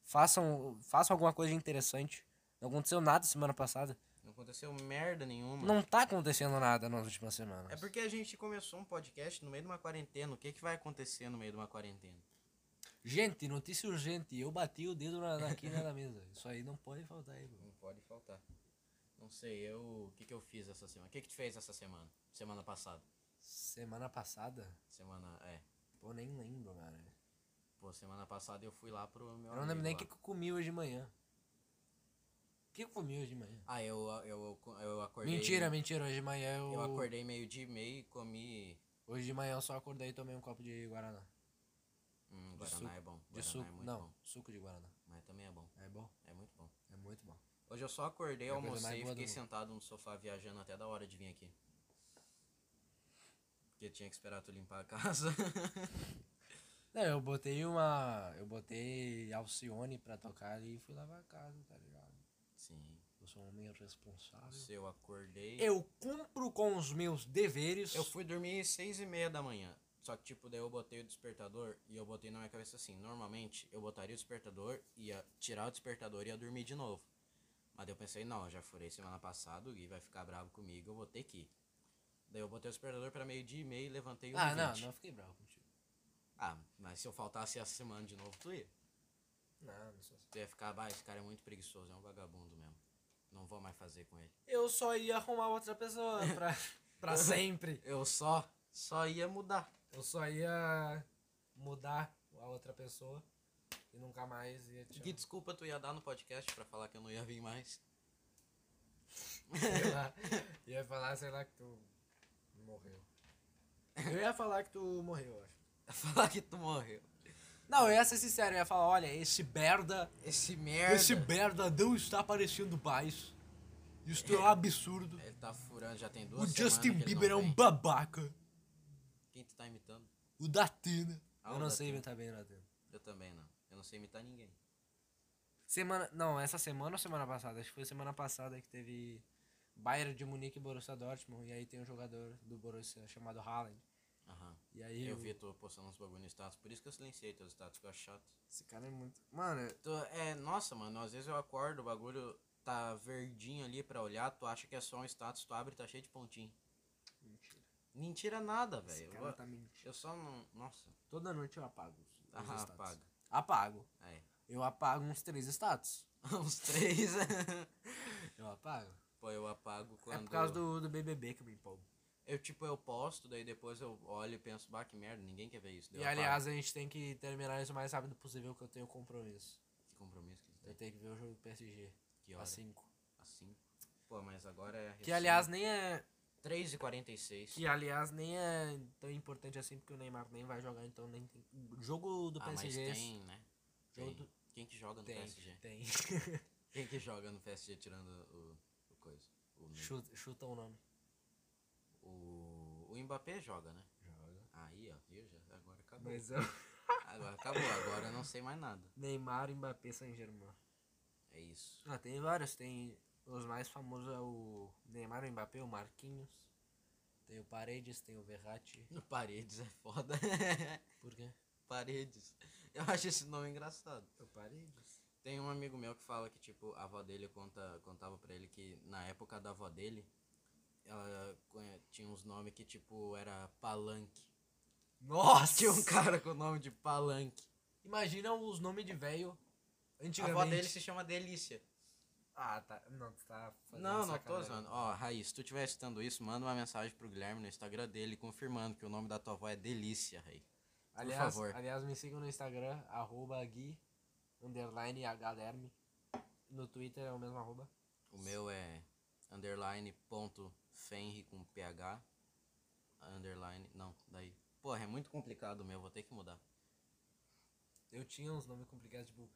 A: Façam, façam alguma coisa interessante. Não aconteceu nada semana passada.
C: Não aconteceu merda nenhuma.
A: Não tá acontecendo nada nas últimas semanas.
C: É porque a gente começou um podcast no meio de uma quarentena. O que, que vai acontecer no meio de uma quarentena?
A: Gente, notícia urgente. Eu bati o dedo na, na quina da mesa. Isso aí não pode faltar aí, bro.
C: Não pode faltar. Não sei, eu. O que, que eu fiz essa semana? O que, que tu fez essa semana? Semana passada.
A: Semana passada?
C: Semana. É.
A: Pô, nem lembro, cara.
C: Pô, semana passada eu fui lá pro meu.
A: Eu não
C: amigo
A: lembro nem o
C: lá.
A: que que eu comi hoje de manhã. O que eu comi hoje de manhã?
C: Ah, eu, eu, eu, acordei.
A: Mentira, mentira. Hoje de manhã eu.
C: Eu acordei meio dia e meio e comi.
A: Hoje de manhã eu só acordei e tomei um copo de Guaraná.
C: Hum,
A: De
C: Guaraná
A: suco.
C: é bom.
A: De
C: Guaraná
A: suco.
C: é muito
A: não,
C: bom.
A: suco de Guaraná.
C: Mas também é bom.
A: É bom?
C: É muito bom.
A: É muito bom.
C: Hoje eu só acordei,
A: É a coisa mais
C: almocei e
A: boa do
C: fiquei
A: mundo.
C: sentado no sofá viajando até da hora de vir aqui. Porque tinha que esperar tu limpar a casa.
A: Não, eu botei uma. Eu botei Alcione pra tocar ali e fui lavar a casa, tá ligado?
C: Sim.
A: Eu sou um homem responsável.
C: Se eu acordei.
A: Eu cumpro com os meus deveres.
C: Eu fui dormir às seis e meia da manhã. Só que, tipo, daí eu botei o despertador e eu botei na minha cabeça assim. Normalmente, eu botaria o despertador, ia tirar o despertador e ia dormir de novo. Mas daí eu pensei, não, eu já furei semana passada, o Gui vai ficar bravo comigo, eu vou ter que ir. Daí eu botei o despertador pra meio dia e meio, levantei o
A: Ah, não, não fiquei bravo contigo.
C: Ah, mas se eu faltasse essa semana de novo, tu ia.
A: Não, não sou assim.
C: Tu ia ficar, bah, esse cara é muito preguiçoso, é um vagabundo mesmo. Não vou mais fazer com ele.
A: Eu só ia arrumar outra pessoa pra, pra sempre.
C: Eu só, só ia mudar.
A: Eu só ia mudar a outra pessoa e nunca mais ia te
C: Que desculpa tu ia dar no podcast pra falar que eu não ia vir mais?
A: Sei lá. Ia falar, sei lá, que tu morreu. Eu ia falar que tu morreu, eu acho.
C: falar que tu morreu.
A: Não, eu ia ser sincero, eu ia falar, olha, esse merda,
C: Esse merda.
A: esse merda não está aparecendo mais. Isto é um absurdo.
C: Ele tá furando, já tem duas
A: O
C: semanas
A: Justin
C: que ele não
A: Bieber é um
C: vem.
A: babaca.
C: Quem tu tá imitando?
A: O Datena.
C: Ah,
A: eu
C: o
A: não sei
C: Datena.
A: imitar bem o Datena.
C: Eu também não. Eu não sei imitar ninguém.
A: Semana, não, essa semana ou semana passada? Acho que foi semana passada que teve Bayern de Munique e Borussia Dortmund. E aí tem um jogador do Borussia chamado Haaland.
C: Aham.
A: E aí
C: Eu
A: o-
C: vi tu postando uns bagulho no status, por isso que eu silenciei teus status, que eu acho chato.
A: Esse cara é muito... Mano,
C: Tu, é, nossa, mano, às vezes eu acordo, o bagulho tá verdinho ali pra olhar, tu acha que é só um status, tu abre e tá cheio de pontinho.
A: mentira.
C: Mentira nada,
A: Esse
C: velho.
A: cara
C: Eu,
A: tá mentindo.
C: eu só não. Nossa.
A: Toda noite eu apago. os-
C: Ah,
A: os status.
C: apaga.
A: Apago.
C: É.
A: Eu apago uns três status.
C: Uns três.
A: Eu apago.
C: Pô, eu apago quando.
A: É por causa do, do BBB que eu me empolgo.
C: Eu, tipo, eu posto, daí depois eu olho e penso, bah, que merda, ninguém quer ver isso. Daí
A: E
C: eu apago.
A: aliás, a gente tem que terminar isso o mais rápido possível que eu tenho compromisso.
C: Que compromisso que tu
A: Eu
C: tem.
A: tenho que ver o jogo do PSG.
C: Que hora?
A: Às 5.
C: Assim. Pô, mas agora é.
A: Que aliás nem é.
C: 3h46.
A: Que aliás nem é tão importante assim porque o Neymar nem vai jogar, então nem tem. Jogo do
C: Ah, mas
A: PSG.
C: tem, né?
A: é Jogo
C: Tem.
A: do-
C: Quem que joga no
A: tem.
C: PSG?
A: tem.
C: Quem que joga no PSG tirando o, o coisa? O,
A: chuta, chuta o nome.
C: o, o Mbappé joga, né?
A: Joga.
C: Aí, ó, viu? Já, agora acabou.
A: Mas é o
C: Agora acabou, agora eu não sei mais nada.
A: Neymar, Mbappé, Saint-Germain.
C: É isso.
A: Ah, tem vários. Tem os mais famosos é o Neymar, o Mbappé, o Marquinhos. Tem o Paredes, tem o Verratti.
C: No Paredes é foda.
A: Por quê?
C: Paredes. Eu acho esse nome engraçado.
A: O Paredes?
C: Tem um amigo meu que fala que, tipo, a avó dele conta, contava pra ele que na época da avó dele, ela conhe- tinha uns nomes que, tipo, era palanque.
A: Nossa!
C: Tinha um cara com o nome de palanque.
A: Imagina os nomes de velho
C: A avó
A: antigamente.
C: dele se chama Delícia.
A: Ah, tá. Não, tu tá fazendo
C: Não, não tô
A: sacanagem.
C: zoando. Ó, Raiz, se tu estiver assistindo isso, manda uma mensagem pro Guilherme no Instagram dele confirmando que o nome da tua avó é Delícia, Rei.
A: Aliás,
C: favor.
A: aliás, me sigam no Instagram, arroba Gui, underline Galerme. No Twitter é o mesmo arroba.
C: O meu é underline ponto Fenri com PH. Underline. Não, daí. Porra, é muito complicado o meu, vou ter que mudar.
A: Eu tinha uns nomes complicados, tipo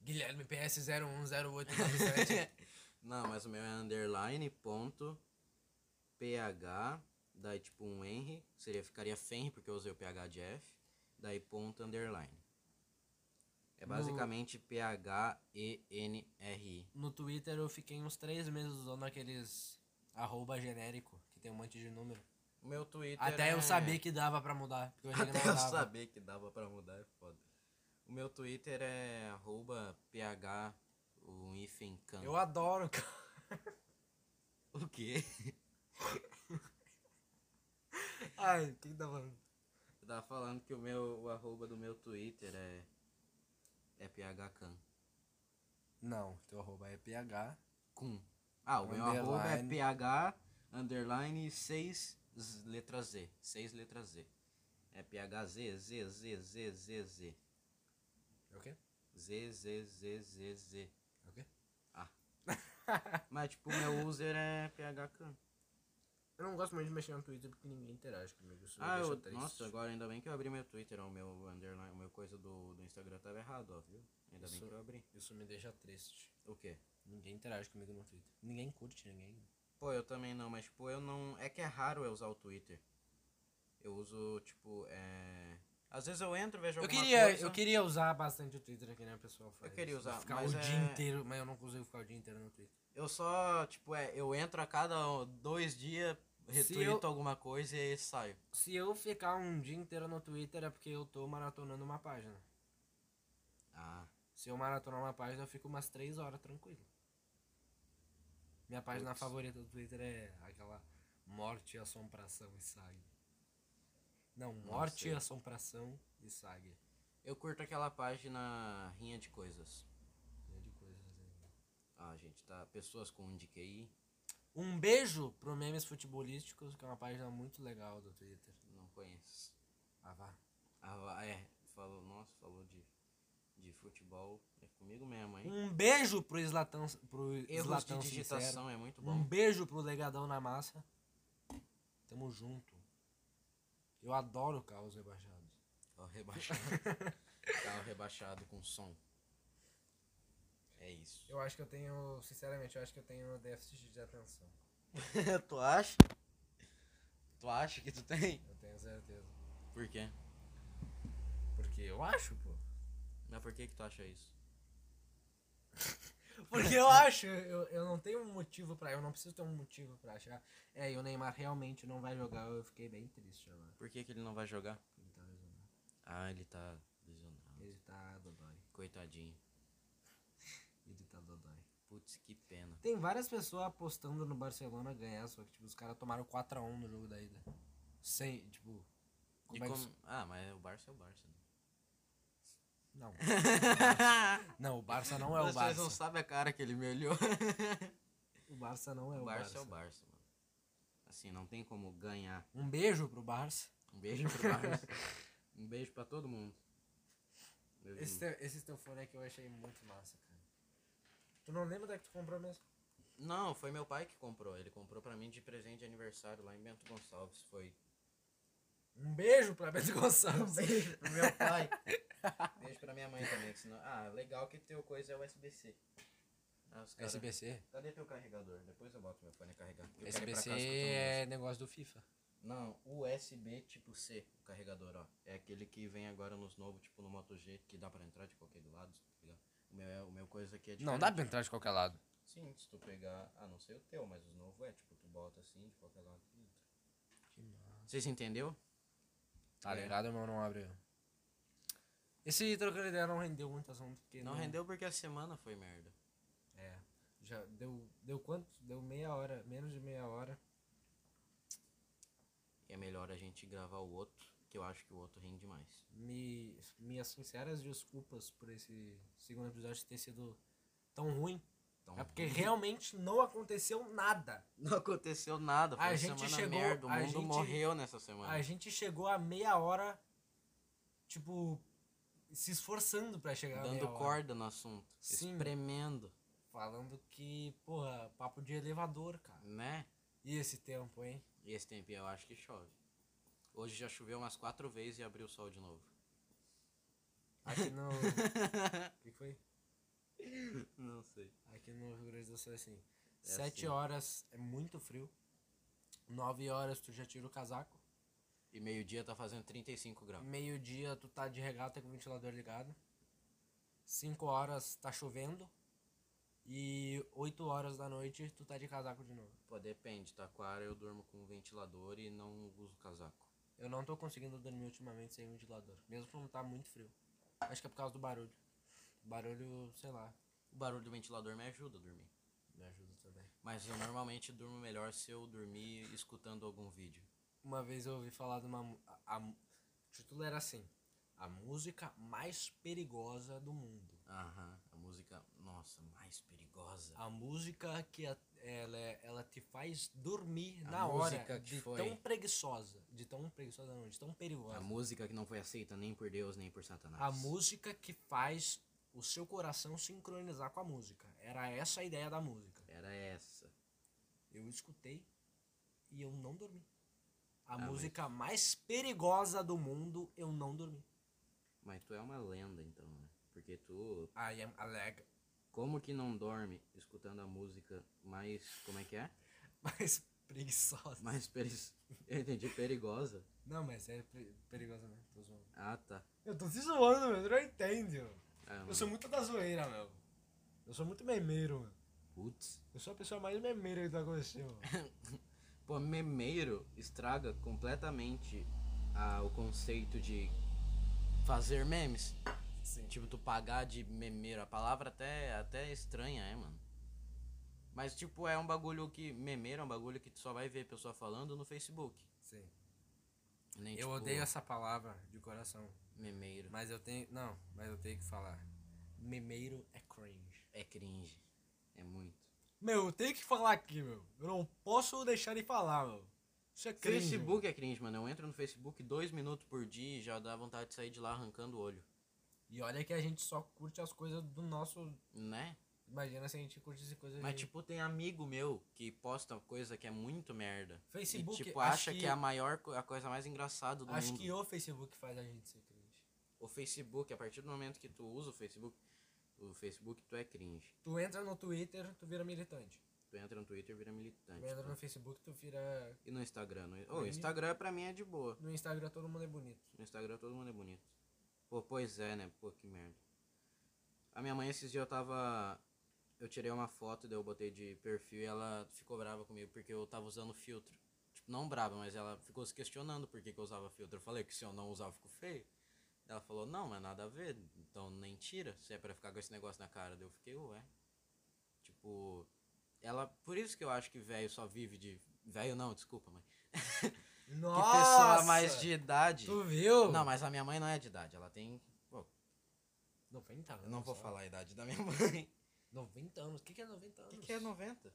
A: Guilherme PS010897.
C: Não, mas o meu é underline ponto PH. Daí tipo um Henry. Seria, ficaria Fenri porque eu usei o PH de F. Daí ponto underline. É
A: No-
C: basicamente P-H-E-N-R-I.
A: no Twitter eu fiquei uns três meses usando aqueles arroba genérico, que tem um monte de número.
C: O meu Twitter.
A: Até
C: é-
A: eu saber que dava pra mudar. Porque eu achei que
C: Até
A: não
C: eu
A: dava.
C: saber que dava pra mudar é foda. O meu Twitter é arroba ph o hífen can.
A: Eu adoro, cara.
C: O quê?
A: Ai, quem tá falando?
C: Eu tava falando que o meu o arroba do meu Twitter é é phcan.
A: Não, teu arroba é PH.
C: Com. Ah, o meu arroba é
A: Underline.
C: ph underline 6 letra z, 6 letra z. É phz z z z z z
A: É o quê?
C: z z z z z. Ah.
A: É o quê?
C: Mas tipo, o meu user é phcan.
A: Eu não gosto muito de mexer no Twitter porque ninguém interage comigo. Isso
C: Ah,
A: me deixa
C: eu,
A: triste.
C: nossa, agora ainda bem que eu abri meu Twitter, ó, o meu underline, o meu coisa do, do Instagram tava errado, ó, viu? Ainda
A: Isso.
C: bem que eu abri.
A: Isso me deixa triste.
C: O quê?
A: Ninguém interage comigo no Twitter. Ninguém curte, ninguém.
C: Pô, eu também não, mas tipo, eu não. É que é raro eu usar o Twitter. Eu uso, tipo, é. Às vezes eu entro, vejo
A: Eu
C: alguma
A: queria,
C: coisa.
A: eu queria usar bastante o Twitter é que nem a pessoa faz.
C: Eu queria usar,
A: ficar
C: mas
A: o
C: é-
A: dia inteiro, mas eu não consigo ficar o dia inteiro no Twitter.
C: Eu só, tipo, é, eu entro a cada dois dias,
A: Se
C: retuito
A: eu-
C: alguma coisa e saio.
A: Se eu ficar um dia inteiro no Twitter é porque eu tô maratonando uma página.
C: Ah.
A: Ah. Se eu maratonar uma página, eu fico umas três horas tranquilo. Minha página
C: Putz.
A: favorita do Twitter é aquela Morte, Assombração e Saga. Não, Morte,
C: sei.
A: Assombração e Saga.
C: Eu curto aquela página Rinha de Coisas.
A: É de coisas aí.
C: Ah, gente, tá. Pessoas com NDQI.
A: Um beijo pro Memes Futebolísticos, que é uma página muito legal do Twitter.
C: Não conheço.
A: Ah, vá.
C: Ah, va- é. Falou, nossa, falou de, de futebol. É comigo mesmo, hein?
A: Um beijo pro Islatão, pro
C: Erros de
A: Islatão Sincero.
C: digitação é muito
A: Um
C: bom.
A: beijo pro Legadão na Massa. Tamo junto. Eu adoro carros rebaixados.
C: Carro Tá rebaixado. Carro rebaixado com som. É isso.
A: Eu acho que eu tenho, sinceramente, eu acho que eu tenho um déficit de atenção.
B: tu acha? Tu acha que tu tem?
A: Eu tenho certeza.
C: Por quê?
A: Porque eu acho, pô.
C: Mas por que que tu acha isso?
A: Porque eu acho, eu, eu não tenho um motivo pra. Eu não preciso ter um motivo pra achar. É, e o Neymar realmente não vai jogar, eu fiquei bem triste agora.
C: Por que que ele não vai jogar?
A: Ele tá lesionado.
C: Ah, ele tá lesionado.
A: Ele tá dodói.
C: Coitadinho.
A: Ele tá dodói.
C: Putz, que pena.
A: Tem várias pessoas apostando no Barcelona ganhar, só que tipo, os caras tomaram 4x1 no jogo da ida. Sem, tipo.
C: E
A: Como é que
C: como- Ah, mas o Barça é o Barça. né?
A: Não. Não, o Barça não é o
C: Vocês não
A: Barça.
C: sabem a cara que ele me olhou.
A: O Barça não é
C: o
A: o
C: Barça
A: Barça.
C: é o Barça, mano. Assim, não tem como ganhar.
A: Um beijo pro Barça.
C: Um beijo pro Barça. um beijo pra todo mundo. Eu-
A: Esse teu, esse teu fone aqui eu achei muito massa, cara. Tu não lembra da que tu comprou mesmo?
C: Não, foi meu pai que comprou. Ele comprou pra mim de presente de aniversário lá em Bento Gonçalves. Foi.
A: Um beijo pra Beto Gonçalves.
C: Um Beijo pro meu pai. beijo pra minha mãe também. Que senão... Ah, legal que teu coisa é USB-C. Ah, os cara...
A: SBC?
C: Cadê teu carregador? Depois eu boto meu fone a carregar. porque eu quero ir pra
A: SBC
C: casa que eu tô no
A: é negócio do FIFA.
C: Não, USB tipo C, o carregador, ó. É aquele que vem agora nos novos, tipo no Moto G, que dá pra entrar de qualquer lado, se tu pegar. O meu, é- o meu coisa aqui é de.
A: Não, dá pra entrar de qualquer lado.
C: Sim, se tu pegar. Ah, não sei o teu, mas os novos é, tipo, tu bota assim, de qualquer lado. que entra. Vocês entendeu?
A: Tá
C: É.
A: ligado, meu? Não abre. Esse trocando ideia não rendeu muito assunto. Porque
C: Não rendeu porque a semana foi merda.
A: É. Já deu, deu quanto? Deu meia hora, menos de meia hora.
C: E é melhor a gente gravar o outro, que eu acho que o outro rende mais.
A: Me, minhas sinceras desculpas por esse segundo episódio ter sido tão ruim.
C: Então,
A: É porque realmente não aconteceu nada.
C: não aconteceu nada, foi
A: A
C: uma
A: gente
C: semana
A: chegou-
C: merda. O
A: a
C: mundo
A: gente-
C: morreu nessa semana.
A: A gente chegou a meia hora, tipo, se esforçando pra chegar a meia
C: Dando
A: hora.
C: corda no assunto.
A: Sim.
C: Espremendo,
A: Falando que, porra, papo de elevador, cara.
C: né?
A: E esse tempo, hein?
C: E esse tempinho eu acho que chove. Hoje já choveu umas quatro vezes e abriu o sol de novo.
A: Aqui no. que foi?
C: Não sei.
A: Aqui no Rio Grande do Sul é assim.
C: É
A: Sete
C: assim.
A: horas é muito frio. Nove horas tu já tira o casaco.
C: E meio-dia tá fazendo 35 graus.
A: Meio-dia tu tá de regata com o ventilador ligado. Cinco horas tá chovendo. E oito horas da noite tu tá de casaco de novo.
C: Pô, depende. Taquara eu durmo com o ventilador e não uso casaco.
A: Eu não tô conseguindo dormir ultimamente sem ventilador. Mesmo quando tá muito frio. Acho que é por causa do barulho. Barulho, sei lá,
C: O barulho do ventilador me ajuda a dormir.
A: me ajuda também.
C: Mas eu normalmente durmo melhor se eu dormir escutando algum vídeo.
A: Uma vez eu ouvi falar de uma. mu- A, a, o título era assim: A música mais perigosa do mundo.
C: Aham. A música, nossa, mais perigosa.
A: A música que a- ela, é- ela te faz dormir
C: A
A: na hora
C: música que
A: de
C: foi-
A: tão preguiçosa. De tão preguiçosa não, de tão
C: A
A: perigosa.
C: música que não foi aceita nem por Deus, nem por Satanás.
A: A música que faz o seu coração sincronizar com a música. Era essa a ideia da música.
C: Era essa.
A: Eu escutei e eu não dormi. A
C: Ah, mas-
A: música mais perigosa do mundo, eu não dormi.
C: Mas tu é uma lenda, então, né? Porque tu
A: I am aleg
C: Como que não dorme escutando a música mais. Como é que é?
A: mais preguiçosa.
C: Mais peris... Eu entendi, perigosa.
A: Não, mas é pre- perigosa mesmo, tô zoando.
C: Ah, tá.
A: Eu tô se zoando, meu, tu não entende, meu.
C: Ah,
A: Eu
C: mano.
A: sou muito da zoeira, meu. Eu sou muito memeiro, meu.
C: Putz.
A: Eu sou a pessoa mais memeira que tá tu vai conhecer, meu.
C: Pô, memeiro estraga completamente ah, o conceito de fazer memes.
A: Sim.
C: Tipo, tu pagar de memeiro. A palavra até, até é estranha, é, mano? Mas, tipo, é um bagulho que. Memeiro é um bagulho que tu só vai ver pessoa falando no Facebook.
A: Sim.
C: Nem,
A: Eu
C: tipo,
A: odeio essa palavra de coração.
C: Memeiro.
A: Mas eu tenho. Não, mas eu tenho que falar. Memeiro é cringe.
C: É cringe. É muito.
A: Meu, eu tenho que falar aqui, meu. Eu não posso deixar de falar, meu. Isso é cringe.
C: Facebook é cringe, mano. Eu entro no Facebook dois minutos por dia e já dá vontade de sair de lá arrancando o olho.
A: E olha que a gente só curte as coisas do nosso.
C: Né?
A: Imagina se a gente curtisse coisas.
C: Mas,
A: de-
C: tipo, tem amigo meu que posta coisa que é muito merda.
A: Facebook,
C: e, tipo,
A: acho
C: acha que...
A: que-
C: é a maior, co- a coisa mais engraçada do
A: Acho
C: mundo.
A: que o Facebook faz a gente ser cringe.
C: O Facebook, a partir do momento que tu usa o Facebook, o Facebook tu é cringe.
A: Tu entra no Twitter, tu vira militante.
C: Tu entra no Twitter e vira militante.
A: Tu entra
C: tu-
A: no Facebook, tu vira.
C: E no Instagram? No...
A: Aí-
C: o Instagram pra mim é de boa.
A: No Instagram todo mundo é bonito.
C: No Instagram todo mundo é bonito. Pô, pois é, né? Pô, que merda. A minha mãe esses dias eu tava. Eu tirei uma foto, daí eu botei de perfil e ela ficou brava comigo porque eu tava usando filtro. Tipo, não brava, mas ela ficou se questionando por que, que eu usava filtro. Eu falei que se eu não usar eu fico feio. Ela falou, não, mas nada a ver, então nem tira, se é pra ficar com esse negócio na cara. Daí eu fiquei, ué. Tipo, ela. Por isso que eu acho que velho só vive de. Velho não, desculpa, mãe. Que pessoa mais de idade.
A: Tu viu?
C: Não, mas a minha mãe não é de idade, ela tem. Pô,
A: 90 anos.
C: eu não vou
A: ó.
C: falar a idade da minha mãe.
A: 90 anos. O que, que é 90
C: O
A: anos?
C: que, que é 90?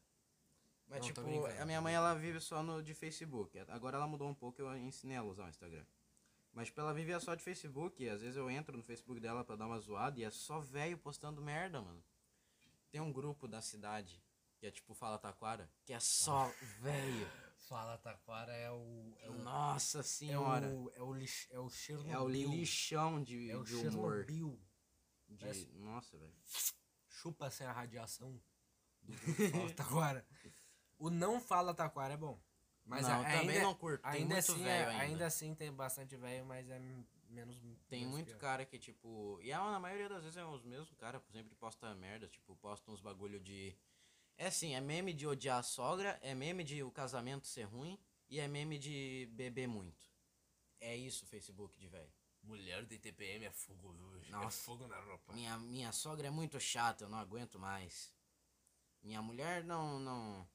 C: Mas,
A: Não, tô
C: tipo,
A: brincando.
C: a minha mãe ela vive só no de Facebook. Agora ela mudou um pouco, eu ensinei ela a usar o Instagram. Mas, tipo, ela vivia só de Facebook. E às vezes eu entro no Facebook dela pra dar uma zoada e é só velho postando merda, mano. Tem um grupo da cidade que é tipo Fala Taquara, que é só velho.
A: Fala Taquara é o. É o,
C: Nossa
A: é
C: senhora.
A: o, é o, lix, é o Chernobyl.
C: É o lixão de,
A: É o
C: de humor.
A: Chernobyl.
C: De-
A: Parece-
C: Nossa, velho.
A: Chupa sem a radiação. do grupo Fala Taquara. O não Fala Taquara é bom. Mas a-
C: Não, eu
A: ainda, é-
C: também não curto. Tem
A: Ainda
C: muito
A: assim, é-
C: velho
A: ainda.
C: ainda.
A: assim tem bastante velho, mas é m- menos.
C: Tem
A: menos
C: muito
A: pior.
C: cara que, é. tipo. E a, na maioria das vezes é os mesmos caras, sempre posta merda, tipo, posta uns bagulho de. É assim, é meme de odiar a sogra, é meme de o casamento ser ruim e é meme de beber muito. É isso o Facebook de velho.
A: Mulher de TPM é fogo, viu?
C: Nossa.
A: É fogo na roupa.
C: Minha, minha sogra é muito chata, eu não aguento mais. Minha mulher não. Não,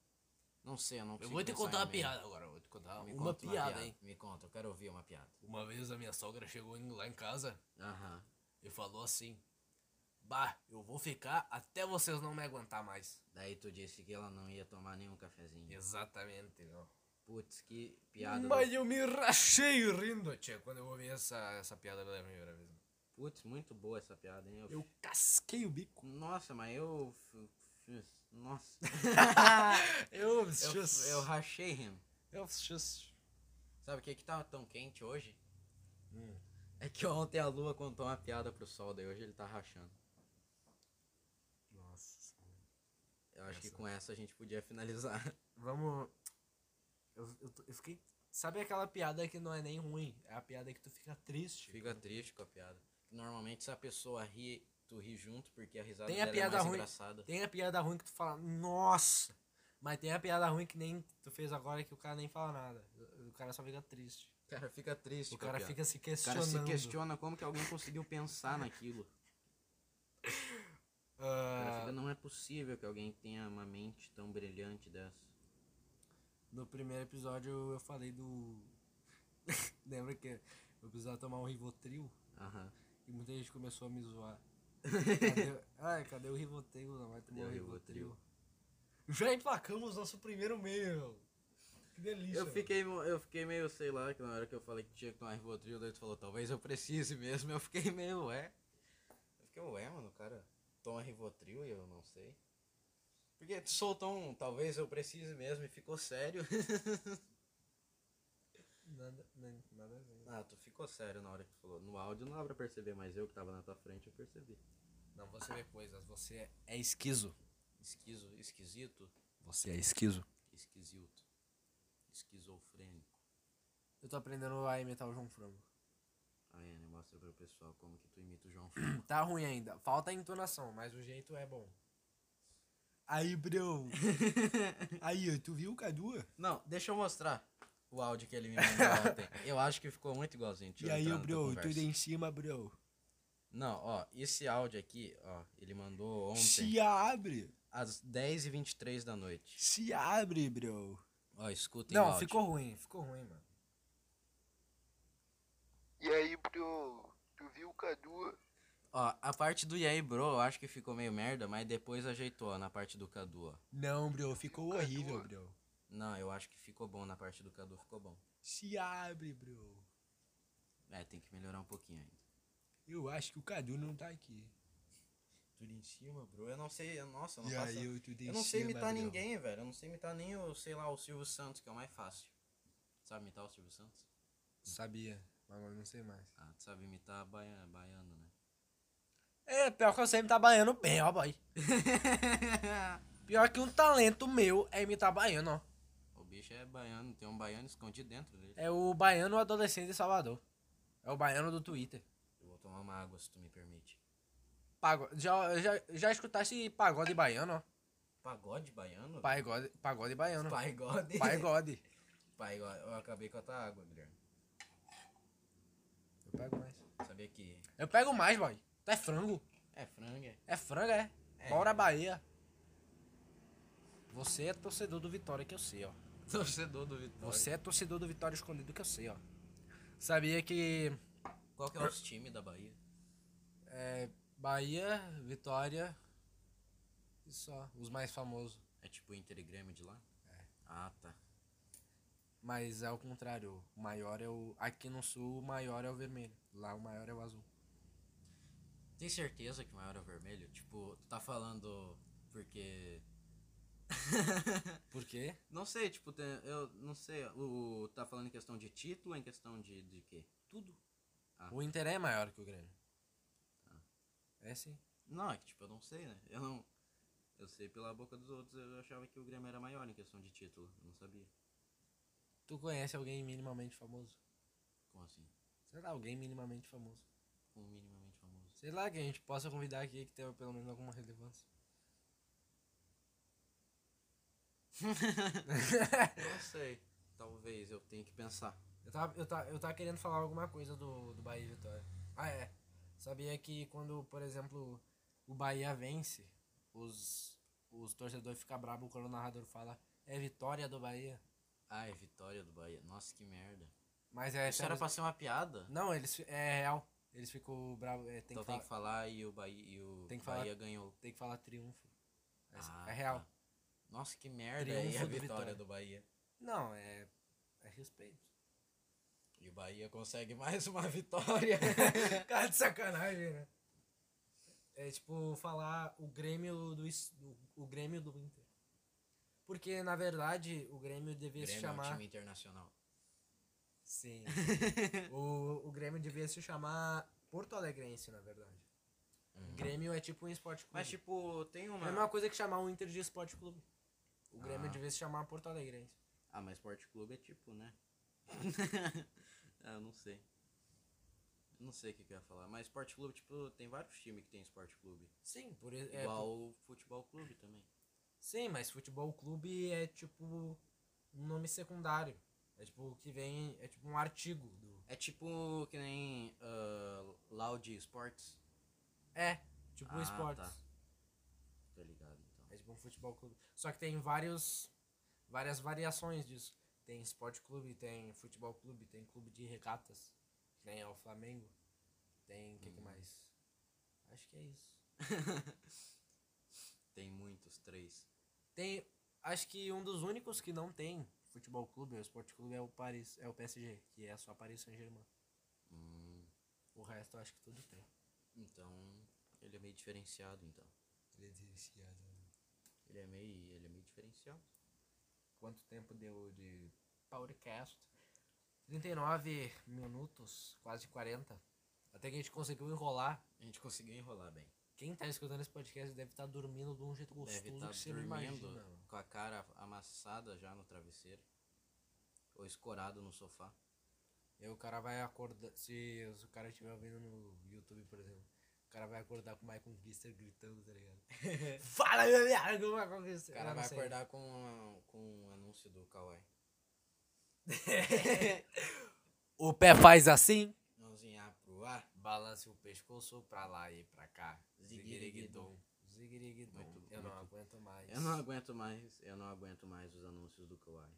C: não sei, eu não
A: Eu
C: consigo
A: vou te
C: pensar em
A: contar uma
C: meme.
A: piada agora, eu vou te contar
C: Me
A: uma,
C: conta
A: piada, hein?
C: Me conta, eu quero ouvir uma piada.
A: Uma vez a minha sogra chegou em- lá em casa
C: Aham.
A: e falou assim: Bah, eu vou ficar até vocês não me aguentar mais.
C: Daí tu disse que ela não ia tomar nenhum cafezinho.
A: Exatamente, não.
C: Putz, que piada.
A: Mas eu me rachei rindo, tia, quando eu ouvi essa, essa piada pela primeira vez.
C: Putz, muito boa essa piada, hein? Eu-
A: Eu casquei o bico.
C: Nossa, mas eu. f- f- Nossa.
A: Eu,
C: eu, eu rachei rindo.
A: eu,
C: Sabe o que que tava tão quente hoje?
A: Hum.
C: É que ontem a lua contou uma piada pro sol, daí hoje ele tá rachando.
A: Nossa.
C: Eu acho que com essa a gente podia finalizar.
A: Vamos. Eu, eu, tô- eu fiquei. Sabe aquela piada que não é nem ruim? É a piada que tu fica triste.
C: Fica triste com a piada. Tipo, Normalmente se a pessoa ri, tu ri junto, porque a risada
A: Tem a
C: dela
A: piada
C: é mais
A: ruim.
C: engraçada.
A: Tem a piada ruim que tu fala, nossa! Mas tem a piada ruim que nem tu fez agora que o cara nem fala nada. O cara só fica triste.
C: O cara fica triste
A: O
C: com a
A: cara
C: piada.
A: fica se
C: O cara
A: questionando.
C: se questiona como que alguém conseguiu pensar naquilo. O cara
A: Ah,
C: fica, não é possível que alguém tenha uma mente tão brilhante dessa.
A: no primeiro episódio eu falei do. Lembra que eu precisava tomar um Rivotril?
C: Aham.
A: E muita gente começou a me zoar. cadê, ah, cadê o Rivotril? Não vai tomar
C: Cadê
A: o
C: o
A: Rivotril. Já emplacamos nosso primeiro meio. Que delícia.
C: Eu
A: mano.
C: fiquei, mo- eu fiquei meio, sei lá, que na hora que eu falei que tinha que tomar Rivotril, daí tu falou, talvez eu precise mesmo, eu fiquei meio, ué. Eu fiquei, ué, mano, o cara toma Rivotril e eu não sei. Porque tu soltou um, talvez eu precise mesmo, e ficou sério.
A: Nada, nem- nada a ver.
C: ah, tu ficou sério na hora que tu falou. No áudio não dá pra perceber, mas eu que tava na tua frente, eu percebi.
A: Não, você vê coisas. Você é esquizo.
C: Esquizo, esquisito,
A: Você é esquizo.
C: esquisito, esquizofrênico.
A: Eu tô aprendendo a imitar o João Frango.
C: Aí, Ana, mostra pro pessoal como que tu imita o João Franco.
A: Tá ruim ainda. Falta a entonação, mas o jeito é bom. Aí, Brão. Aí, tu viu o Cadu?
C: Não, deixa eu mostrar o áudio que ele me mandou ontem. Eu acho que ficou muito igualzinho. Deixa
A: E
C: eu
A: aí,
C: entrar na tua
A: Brão,
C: conversa.
A: tudo em cima, Brão.
C: Não, ó, esse áudio aqui, ó, ele mandou ontem.
A: Se abre.
C: às 10h23 da noite.
D: Se abre, bro.
C: Ó, escutem o
A: Não,
C: áudio.
A: ficou ruim, ficou ruim, mano.
E: E aí, bro, tu viu o Cadu?
C: Ó, a parte do E aí, bro, eu acho que ficou meio merda, mas depois ajeitou ó, na parte do Cadu, ó.
D: Não, bro, ficou horrível, bro.
C: Não, eu acho que ficou bom na parte do Cadu, ficou bom.
D: Se abre, bro.
C: É, tem que melhorar um pouquinho ainda.
D: Eu acho que o Cadu não tá aqui.
C: Tudo em cima, bro. Eu não sei, eu- nossa, eu Então não
D: E
C: faço.
D: aí, eu te
C: eu
A: é
C: não sei imitar ninguém, velho. Eu não sei imitar nem o, sei lá, o Silvio Santos, que é o mais fácil. Sabe imitar o Silvio Santos?
A: Sabia, mas agora não sei mais.
C: Ah, tu sabe imitar a baia- baiana, né?
A: É, pior que eu sei imitar baiano bem, ó, boy. pior que um talento meu é imitar baiano, ó.
C: O bicho é baiano, tem um baiano escondido dentro dele.
A: É o baiano adolescente de Salvador. É o baiano do Twitter.
C: Eu vou tomar uma água, se tu me permite.
A: Pago... Já, já, já escutaste pagode baiano, ó?
C: Pagode baiano?
A: Pagode, pagode baiano.
C: Paigode.
A: Pagode.
C: Paigode. Eu acabei com a tua água, Guilherme.
A: Eu pego mais.
C: Sabia que...
A: Eu pego mais, boy. Tu é frango.
C: É frango, é.
A: É frango, é?
C: É.
A: Bora Bahia. Você é torcedor do Vitória que eu sei, ó.
C: Torcedor do Vitória.
A: Você é torcedor do Vitória escondido que eu sei, ó. Sabia que
C: Qual que é os times da Bahia?
A: é, Bahia, Vitória e só os mais famosos.
C: É tipo Inter e Grêmio de lá? É. Ah, tá.
A: Mas é o contrário. O maior é o. Aqui no sul, o maior é o vermelho. Lá o maior é o azul.
C: Tem certeza que o maior é o vermelho? Tipo, tu tá falando porque...
A: Por quê?
C: Não sei, tipo, tem- eu não sei. O, tá falando em questão de título, em questão de, de quê?
A: Tudo.
C: Ah.
A: O Inter é maior que o Grêmio. É sim.
C: Não, é que tipo, eu não sei, né? Eu não. Eu sei pela boca dos outros, eu achava que o Grêmio era maior em questão de título. Eu não sabia.
A: Tu conhece alguém minimamente famoso?
C: Como assim?
A: Sei lá, alguém minimamente famoso.
C: Como minimamente famoso.
A: Sei lá, que a gente possa convidar aqui que tenha pelo menos alguma relevância.
C: não sei. Talvez eu tenha que pensar.
A: Eu tava, eu tava, eu tava querendo falar alguma coisa do, do Bahia e Vitória. Ah, é. Sabia que quando, por exemplo, o Bahia vence, os, os torcedores ficam bravos quando o narrador fala é vitória do Bahia.
C: Ai, vitória do Bahia. Nossa, que merda.
A: Mas é.
C: Isso era pra ser uma piada.
A: Não, eles, fi- é real. Eles ficam bravos. É, tem,
C: então
A: que falar,
C: tem que falar e o Bahia, e o
A: Tem que falar-
C: Bahia ganhou.
A: tem que falar triunfo. É,
C: Ah,
A: é real.
C: tá. Nossa, que merda.
A: Triunfo
C: e a
A: do
C: vitória,
A: Vitória.
C: do Bahia.
A: Não, é. É respeito.
C: E o Bahia consegue mais uma vitória.
A: Cara de sacanagem, né? É tipo falar o Grêmio do, is- do- o Grêmio do Inter. Porque na verdade o Grêmio devia se
C: Grêmio é um
A: chamar
C: time internacional.
A: Sim. o, o Grêmio devia se chamar Porto Alegrense, na verdade.
C: Uhum.
A: Grêmio é tipo um esporte clube.
C: Mas, tipo, tem
A: é
C: uma.
A: a mesma coisa que chamar o Inter de esporte clube. O Grêmio
C: Ah.
A: devia se chamar Porto Alegrense.
C: Ah, mas esporte clube é tipo, né? ah, eu não sei. Eu não sei o que, que eu ia falar. Mas esporte clube, tipo, tem vários times que tem esporte clube.
A: Sim, por e- é,
C: Igual
A: por-
C: o futebol clube também.
A: Sim, mas futebol clube é tipo um nome secundário. É tipo o que vem, é tipo um artigo do
C: É tipo que nem ah, Loud Sports.
A: É, tipo um
C: Ah,
A: esporte.
C: tá. Tô ligado, então.
A: É tipo um futebol clube. Só que tem vários, várias variações disso. Tem esporte clube, tem futebol clube, tem clube de regatas, que nem é o Flamengo. Tem o que, que
C: Hum.
A: mais? Acho que é isso.
C: Tem muitos, três.
A: Tem. Acho que um dos únicos que não tem futebol clube, ou esporte clube, é o Paris, é o PSG, que é só Paris Saint-Germain.
C: Hum,
A: O resto eu acho que tudo tem.
C: então, ele é meio diferenciado, então. Ele é meio, ele é meio diferenciado.
A: Quanto tempo deu de podcast? 39 minutos, quase 40. Até que a gente conseguiu enrolar.
C: A gente conseguiu enrolar bem.
A: Quem tá escutando esse podcast deve estar dormindo de um jeito gostoso
C: Deve estar
A: que você não
C: dormindo
A: imagina. mano.
C: com a cara amassada já no travesseiro. Ou escorado no sofá.
A: E aí o cara vai acordar. Se o cara estiver ouvindo no YouTube, por exemplo, o cara vai acordar com o Michael Kister gritando, tá ligado? Fala, meu amigo, o Michael
C: O
A: Kister.
C: cara
A: Eu não
C: vai
A: sei.
C: acordar com, a- com o anúncio do Kawaii.
A: O pé faz assim.
C: Mãozinha pro ar.
A: Balance o pescoço pra lá e pra cá.
C: Ziguiriguidum.
A: Ziguiriguidum.
C: Muito-
A: Eu não
C: muito-
A: aguento
C: Eu não aguento mais, eu não aguento mais os anúncios do Kawhi.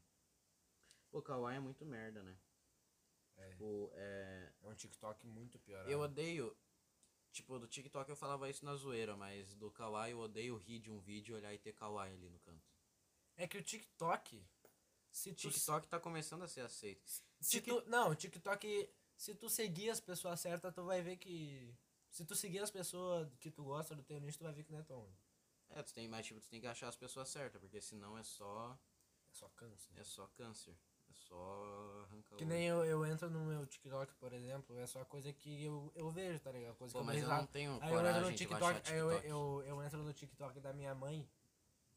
C: Pô, Kawhi é muito merda, né?
B: É.
C: Tipo, é,
B: É um TikTok muito pior.
C: eu odeio. Tipo, do TikTok eu falava isso na zoeira, mas do Kawhi eu odeio rir de um vídeo, olhar e ter Kawhi ali no canto.
A: É que o TikTok. Se tu,
C: TikTok tá começando a ser aceito.
A: se tu, não, o TikTok. Se tu seguir as pessoas certas, tu vai ver que. Se tu seguir as pessoas que tu gosta do teu nicho, tu vai ver que não é tão ruim.
C: É, tu tem mais tipo, tu tem que achar as pessoas certas, porque senão é só.
A: É só cansa.
C: É só câncer. É só arrancar
A: Que
C: o-
A: nem eu, eu entro no meu TikTok, por exemplo, é só coisa que eu, eu vejo, tá ligado? Coisa
C: Pô,
A: que
C: mas eu
A: vejo lá.
C: não tenho
A: Aí eu entro
C: coragem
A: no
C: de baixar
A: TikTok, aí eu,
C: TikTok.
A: eu, eu entro no TikTok da minha mãe,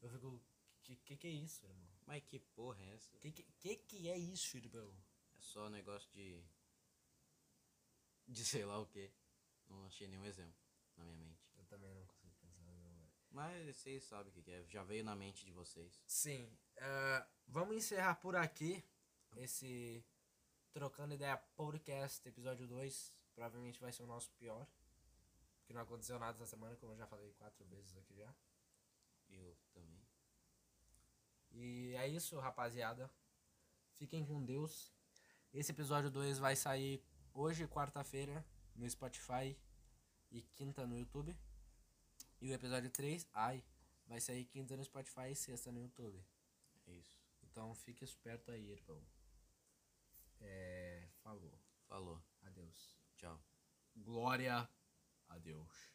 A: eu fico, que que, que é isso, irmão?
C: Mas que porra é essa?
A: Que, que que que é isso, irmão?
C: É só negócio de. De sei lá o que. Não achei nenhum exemplo na minha mente.
A: Eu também não consigo pensar agora.
C: Mas vocês sabem o que que é. Já veio na mente de vocês.
A: Sim, ah, vamos encerrar por aqui esse Trocando Ideia Podcast, episódio 2. Provavelmente vai ser o nosso pior, porque não aconteceu nada essa semana, como eu já falei quatro vezes aqui já.
C: Eu também.
A: E é isso, rapaziada. Fiquem com Deus. Esse episódio 2 vai sair hoje, quarta-feira, no Spotify e quinta no YouTube. E o episódio 3, ai, vai sair quinta no Spotify e sexta no YouTube.
C: É isso.
A: Então fique esperto aí, irmão. É, falou.
C: Falou.
A: Adeus.
C: Tchau.
A: Glória a Deus.